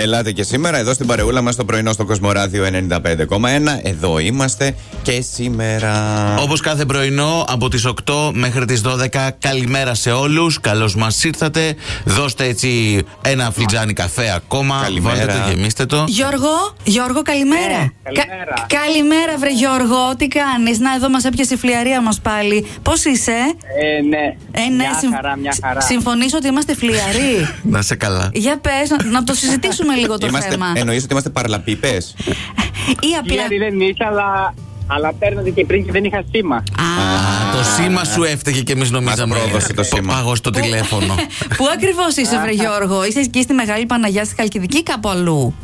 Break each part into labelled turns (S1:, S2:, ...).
S1: Ελάτε και σήμερα εδώ στην παρεούλα μας το πρωινό στο Κοσμοράδιο 95,1. Εδώ είμαστε και σήμερα.
S2: Όπως κάθε πρωινό από τις 8 μέχρι τις 12, καλημέρα σε όλους. Καλώς μας ήρθατε. Δώστε έτσι ένα φλιτζάνι καφέ ακόμα.
S1: Καλημέρα.
S2: Βάλτε το, γεμίστε το.
S3: Γιώργο, Γιώργο, καλημέρα.
S4: Ε, καλημέρα.
S3: Κα- καλημέρα, βρε Γιώργο. Τι κάνεις. Να, εδώ μας έπιασε η φλιαρία μας πάλι. Πώς είσαι,
S4: Ε, ναι. μια
S3: συμ-
S4: χαρά, μια χαρά.
S3: Συμφωνείς ότι είμαστε φλιαροί.
S2: Να σε καλά.
S3: Για πες, να, να το συζητήσουμε λίγο το
S1: Είμαστε,
S3: θέμα.
S1: εννοείς ότι είμαστε παρλαπίπε.
S3: Ή απλά.
S4: Χιλιάρη δεν είχα, αλλά, αλλά παίρνατε και πριν και δεν είχα σήμα.
S3: Α,
S2: Α, το σήμα σου έφταιγε και εμείς νομίζαμε.
S1: πρόδωσε το σήμα.
S2: Πάγω στο τηλέφωνο.
S3: Πού ακριβώς είσαι, βρε Γιώργο, είσαι εκεί στη Μεγάλη Παναγιά στη Χαλκιδική ή κάπου αλλού.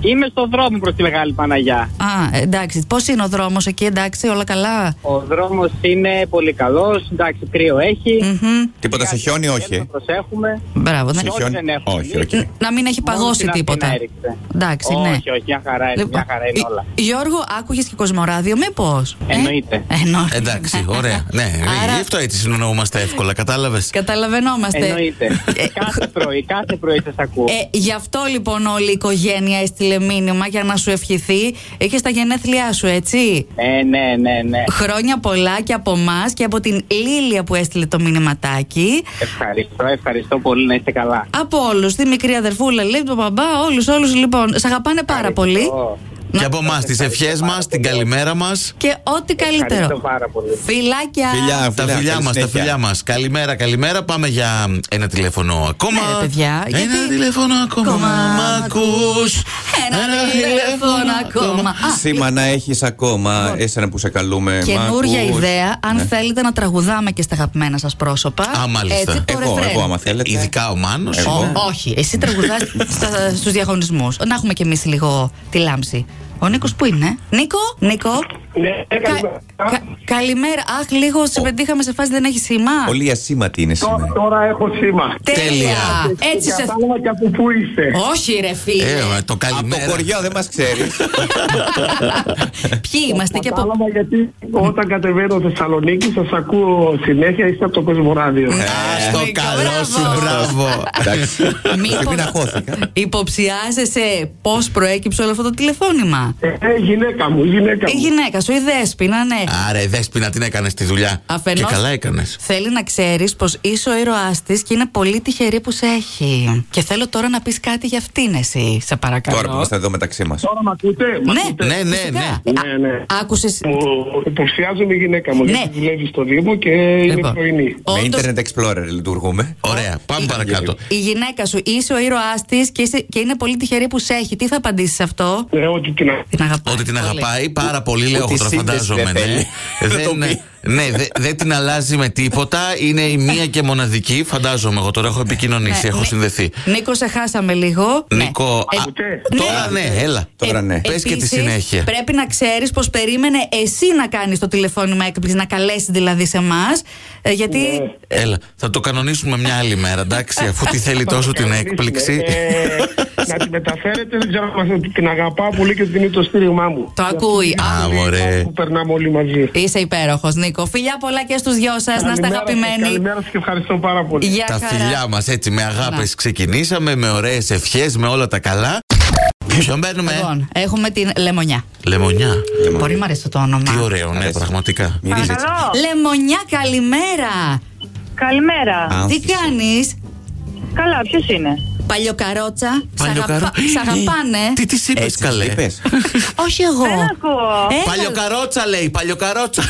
S4: Είμαι στον δρόμο προς τη Μεγάλη Παναγιά.
S3: Α, εντάξει. Πώς είναι ο δρόμος εκεί, εντάξει, όλα καλά.
S4: Ο δρόμος είναι πολύ καλός. Εντάξει, κρύο έχει.
S3: Μμμ.
S1: Τίποτα σε χιόνι,
S4: Θέλουμε να
S1: όχι.
S4: προσέχουμε.
S3: Μπράβο, ναι.
S1: Σε
S4: Όχι,
S1: χιόνι.
S4: δεν έχω.
S1: Όχι, όχι.
S3: Να μην έχει
S4: Μόνο
S3: παγώσει
S4: στην Αθήνα
S3: τίποτα.
S4: έριξε.
S3: Εντάξει, ναι. ε,
S4: Όχι, όχι, μια χαρά είναι, Ε, μια χαρά είναι
S3: Γι-
S4: όλα.
S3: Γιώργο, άκουγες και Κοσμοράδιο, μήπως.
S4: Εννοείται.
S3: Εννοείται.
S2: Εντάξει, ωραία. Ναι,
S3: Άρα-
S2: γι' αυτό έτσι συνεννοούμαστε εύκολα, κατάλαβες.
S3: Καταλαβαίνόμαστε.
S4: Εννοείται.
S3: Ε,
S4: κάθε πρωί, κάθε πρωί σας ακούω.
S3: Ε, γι' αυτό λοιπόν όλη η οικογένεια έστειλε μήνυμα για να σου ευχηθεί. Είχε τα γενέθλιά σου, έτσι.
S4: Ε, ναι, ναι, ναι.
S3: Χρόνια πολλά και από εμάς και από την Λίλια που έστειλε το μήνυματάκι.
S4: Ευχαριστώ, ευχαριστώ πολύ να είστε καλά.
S3: Από όλους. Τη μικρή αδερφούλα, λέει τον μπαμπά, όλους, όλους λοιπόν. Σ' αγαπάνε πάρα πολύ.
S4: Ευχαριστώ.
S2: Και από εμάς, τις ευχέ μας, την καλημέρα μας.
S3: Και ό,τι
S4: Ευχαριστώ
S3: καλύτερο.
S4: πάρα πολύ.
S3: Φιλάκια.
S1: Φιλιά,
S2: Τα φιλιά
S1: καλή
S2: μας, τα
S1: συνέχεια.
S2: φιλιά μας. Καλημέρα, καλημέρα. Πάμε για ένα τηλέφωνο ακόμα.
S3: Ναι, ρε, παιδιά,
S2: Ένα
S3: γιατί-
S2: τηλέφωνο ακόμα.
S3: Ακόμα
S2: Μ' ακούς.
S3: Ένα τηλέφωνο ακόμα. Α,
S1: Σήμα να έχεις ακόμα. Εσένα που σε καλούμε. μ'
S3: Καινούργια
S1: ακούς.
S3: Λοιπόν. ιδέα, αν
S1: Ναι.
S3: θέλετε να τραγουδάμε και στα αγαπημένα σας πρόσωπα.
S2: Α, μάλιστα.
S3: Έτσι, το
S1: Εγώ,
S3: ρεφρέν.
S1: εγώ, άμα θέλετε.
S2: Ειδικά ο Μάνος.
S1: Εγώ.
S3: Ω, όχι, εσύ τραγουδάς στους διαγωνισμούς. Να έχουμε κι εμείς λίγο τη λάμψη. Ο Νίκος που είναι. Νίκο, Νίκο.
S5: Ναι,
S3: Κα-
S5: καλημέρα.
S3: κα- καλημέρα. Αχ, λίγο σε πετύχαμε σε φάση δεν έχει σήμα.
S1: Πολύ ασήματη είναι
S5: Τώρα-
S1: σήμερα.
S5: Τώρα έχω σήμα.
S3: Τέλεια.
S2: Τέλεια.
S3: Έτσι σε.
S5: Κατάλαβα και από πού είστε.
S3: Όχι, ρε φίλε.
S2: Ε, το
S1: Από το
S2: καλημέρα.
S1: χωριό δεν μας ξέρεις.
S3: Ποιοι είμαστε και από.
S5: Κατάλαβα γιατί όταν κατεβαίνω Θεσσαλονίκη σας ακούω συνέχεια, είστε από το Κοσμοράδιο.
S2: Α, Ε, στο
S3: Νίκο,
S2: καλό σου,
S3: μπράβο.
S2: μπράβο.
S1: Εντάξει. Μην αγχώθηκα.
S3: Υποψιάζεσαι πώς προέκυψε όλο αυτό το τηλεφώνημα.
S5: Ε, ε, γυναίκα μου, γυναίκα
S3: Η
S5: μου.
S3: γυναίκα σου, η Δέσποινα, ναι.
S2: Άρα, η Δέσποινα την έκανες τη δουλειά.
S3: Αφενός,
S2: Και καλά έκανες.
S3: Θέλει να ξέρεις πως είσαι ο ήρωάς της και είναι πολύ τυχερή που σε έχει. Και θέλω τώρα να πεις κάτι για αυτήν, εσύ, σε παρακαλώ.
S1: Τώρα που είμαστε εδώ μεταξύ μας.
S5: Τώρα με ακούτε. μ' ακούτε?
S3: ναι,
S2: Ναι, ναι,
S3: φυσικά.
S2: ναι.
S3: Α-
S5: Ναι, ναι.
S3: Άκουσες...
S5: Μου υποψιάζουν η γυναίκα μου.
S3: Ναι.
S5: γιατί Δουλεύει στο Δήμο και είναι
S3: Λοιπόν.
S5: πρωινή.
S1: Με
S3: Όντως-
S1: Internet Explorer λειτουργούμε.
S2: Ωραία, πάμε παρακάτω.
S3: Η γυναίκα σου, είσαι ο ήρωάς της και, είσαι- και είναι πολύ τυχερή που σε έχει. Τι θα απαντήσεις σε αυτό,
S5: Ε, Ότι την α-
S3: Την αγαπάει.
S2: Ότι την αγαπάει πάρα πολύ, λέω εγώ
S1: Ούτε
S2: τώρα,
S1: σύνδεση
S2: φαντάζομαι.
S1: δεν θέλει.
S2: Ναι,
S1: Δεν το
S2: δεν,
S1: πει.
S2: ναι, δε- δεν την αλλάζει με τίποτα. Είναι η μία και μοναδική. Φαντάζομαι εγώ τώρα έχω επικοινωνήσει,
S3: Ναι,
S2: έχω
S3: ναι.
S2: συνδεθεί.
S3: Νίκο, σε χάσαμε λίγο. Ναι.
S2: Νίκο, α,
S5: Ακούτε?
S2: τώρα ναι, έλα.
S1: Τώρα ναι.
S2: πες και τη
S3: επίσης,
S2: συνέχεια.
S3: Πρέπει να ξέρεις πως περίμενε εσύ να κάνεις το τηλεφώνημα έκπληξη, να καλέσει δηλαδή σε εμάς. Γιατί.
S5: Ναι.
S2: Έλα, θα το κανονίσουμε μια άλλη μέρα, εντάξει, αφού τη θέλει τόσο την έκπληξη.
S5: Ε, να τη μεταφέρετε, δεν ξέρω αν μας- την αγαπάω πολύ και την είναι το στήριγμά μου.
S3: Το ακούει. Α,
S2: Α, μωρέ.
S5: Που περνάμε όλοι μαζί.
S3: Είσαι υπέροχος, Νίκο. Φιλιά πολλά και στους δυο σας. Να είστε
S5: Καλημέρα σας,
S3: αγαπημένοι.
S5: Καλημέρα σας και ευχαριστώ πάρα πολύ.
S3: Γεια
S2: Τα
S3: χαρά.
S2: φιλιά μας έτσι με αγάπε
S3: Να.
S2: ξεκινήσαμε, με ωραίες ευχές, με όλα τα καλά. Ποιον παίρνουμε,
S3: Λοιπόν, έχουμε την Λεμονιά.
S2: ε. Λεμονιά.
S3: Πολύ μου αρέσει το όνομα.
S2: Τι ωραίο, ναι,
S1: Αρέσει.
S2: πραγματικά.
S1: Μυρίζεις έτσι.
S6: Παρακαλώ.
S3: Λεμονιά, καλημέρα.
S6: Καλημέρα.
S1: Α,
S3: Τι κάνεις,
S6: Καλά, ποιος είναι.
S3: παλιοκαρότσα. Σ'
S2: Παλιοκαρο-
S3: αγαπα- Ε, Σ' αγαπάνε.
S2: Ε, Τι τη είπες,
S1: Έτσι
S2: καλέ.
S1: είπες.
S3: Όχι εγώ.
S6: Δεν ακούω.
S3: Έλα.
S2: Παλιοκαρότσα λέει, παλιοκαρότσα.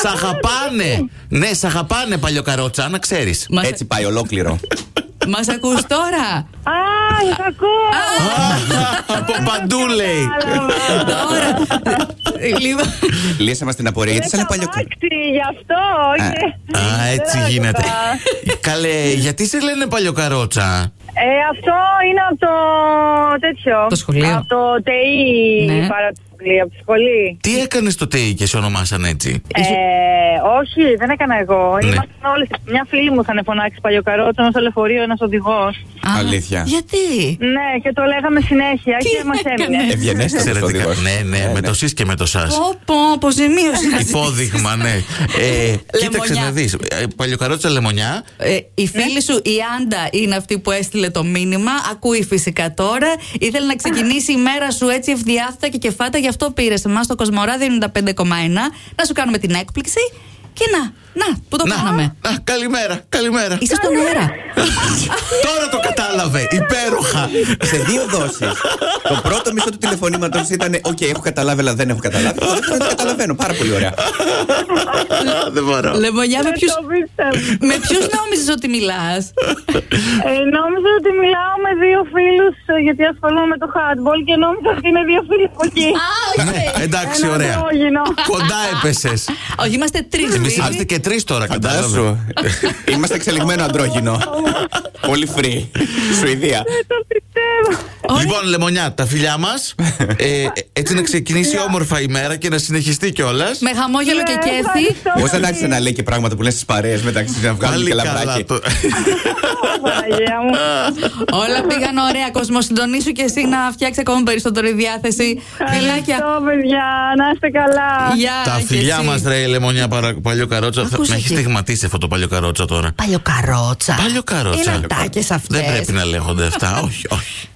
S2: σ' αγαπάνε. Ναι, σ' αγαπάνε παλιοκαρότσα, να ξέρεις.
S3: Μας-
S1: Έτσι πάει ολόκληρο.
S3: Μας ακούς τώρα.
S6: Α, σας ακούω.
S2: Από παντού λέει.
S3: Τώρα. Λοιπόν,
S1: Λύσα μα την απορία. Γιατί σαν
S6: Είναι
S1: παλιό.
S6: καμάξι, γι' αυτό. και-
S2: Α, έτσι
S6: Δεν
S2: γίνεται.
S6: άκουγα.
S2: Καλέ, γιατί σε λένε παλιοκαρότσα.
S6: Ε, αυτό είναι από το τέτοιο.
S3: Το σχολείο.
S6: Από το ΤΕΙ
S3: Ναι.
S6: παρα- αποκλεί από τη σχολή.
S2: Τι έκανες τότε και σε ονομάσαν έτσι.
S6: Ε, όχι, δεν έκανα εγώ.
S2: Ναι.
S6: Ήμασταν όλοι. Μια φίλη μου θα είναι φωνάξει παλιοκαρότο, ένα στο λεωφορείο, ένας οδηγός.
S3: Α,
S1: Αλήθεια.
S3: Γιατί.
S6: Ναι, και το λέγαμε συνέχεια
S3: Τι
S6: και μας
S3: έκανες?
S2: Ε,
S6: έμεινε.
S1: Ευγενέστατος
S2: Εξαιρετικά. Ναι,
S1: Ε,
S2: ναι, με το σεις και με το σας.
S3: Πω, πω, αποζημίωση. να
S2: Υπόδειγμα, ναι. Ε, κοίταξε
S3: Λεμονιά.
S2: να δεις. Παλιοκαρότσα λεμονιά.
S3: Ε, η φίλη σου, η Άντα, είναι αυτή που έστειλε το μήνυμα. Ακούει φυσικά τώρα. Ήθελε να ξεκινήσει η μέρα σου έτσι ευδιάθετα και κεφάτα. Γι' αυτό πήρες εμάς το Κοσμοράδιο 95,1 να σου κάνουμε την έκπληξη. Και να, να, που το κάναμε.
S2: να, καλημέρα, καλημέρα.
S3: Είσαι στον αέρα.
S2: Τώρα το κατάλαβε. Υπέροχα.
S1: Σε δύο δόσεις. το πρώτο μισό του τηλεφωνήματος ήταν Οκ, έχω καταλάβει, αλλά δεν έχω καταλάβει. Το δεύτερο το καταλαβαίνω. Πάρα πολύ ωραία.
S2: Δεν μπορώ.
S3: Λεμονιά, με
S6: Δεν
S3: ποιους,
S6: Ε, Ναι, το πίστευα.
S3: με ποιους νόμιζες ότι μιλάς.
S6: Ε, νόμιζα ότι μιλάω με δύο φίλους γιατί ασχολούμαι με το hardball και νόμιζα ότι είναι δύο φίλοι από εκεί.
S2: Ναι,
S3: Ε,
S2: εντάξει,
S6: Ένα
S2: ωραία.
S6: αντρόγινο.
S2: Κοντά έπεσες.
S3: Όχι, είμαστε τρεις
S2: Εμείς
S3: φίλοι.
S2: είμαστε και τρεις τώρα, κατάλαβε.
S1: Φαντάσου. Είμαστε εξελιγμένο αντρόγινο. πολύ free. Σουηδία.
S6: Το πιστεύω.
S2: Λοιπόν, Λεμονιά, τα φιλιά μας. έτσι να ξεκινήσει όμορφα η μέρα και να συνεχιστεί κιόλας.
S3: Με χαμόγελο και
S6: Ναι,
S3: κέφι.
S6: ευχαριστώ
S1: Πώς δεν
S6: πολύ.
S1: άρχισε να λέει και πράγματα που λες στις παρέες μεταξύ να βγάλουμε και λαμπράκι.
S6: Παναγία μου.
S3: Όλα πήγαν ωραία. Κοσμοσυντονίσου και εσύ να φτιάξεις ακόμα περισσότερη διάθεση. Φιλάκια.
S6: Ευχαριστώ, παιδιά. Να είστε καλά.
S3: Γεια
S2: Τα
S3: και
S2: φιλιά
S3: εσύ.
S2: μας, ρε η Λεμονιά, παρα- παλιό καρότσα. Θα-
S3: Άκουσε
S2: Με έχει
S3: και-
S2: στιγματίσει αυτό το παλιό καρότσα τώρα.
S3: Παλιοκαρότσα.
S2: Παλιό καρότσα.
S3: Είναι ατάκες αυτές.
S2: Δεν πρέπει να λέγονται αυτά. Όχι, όχι.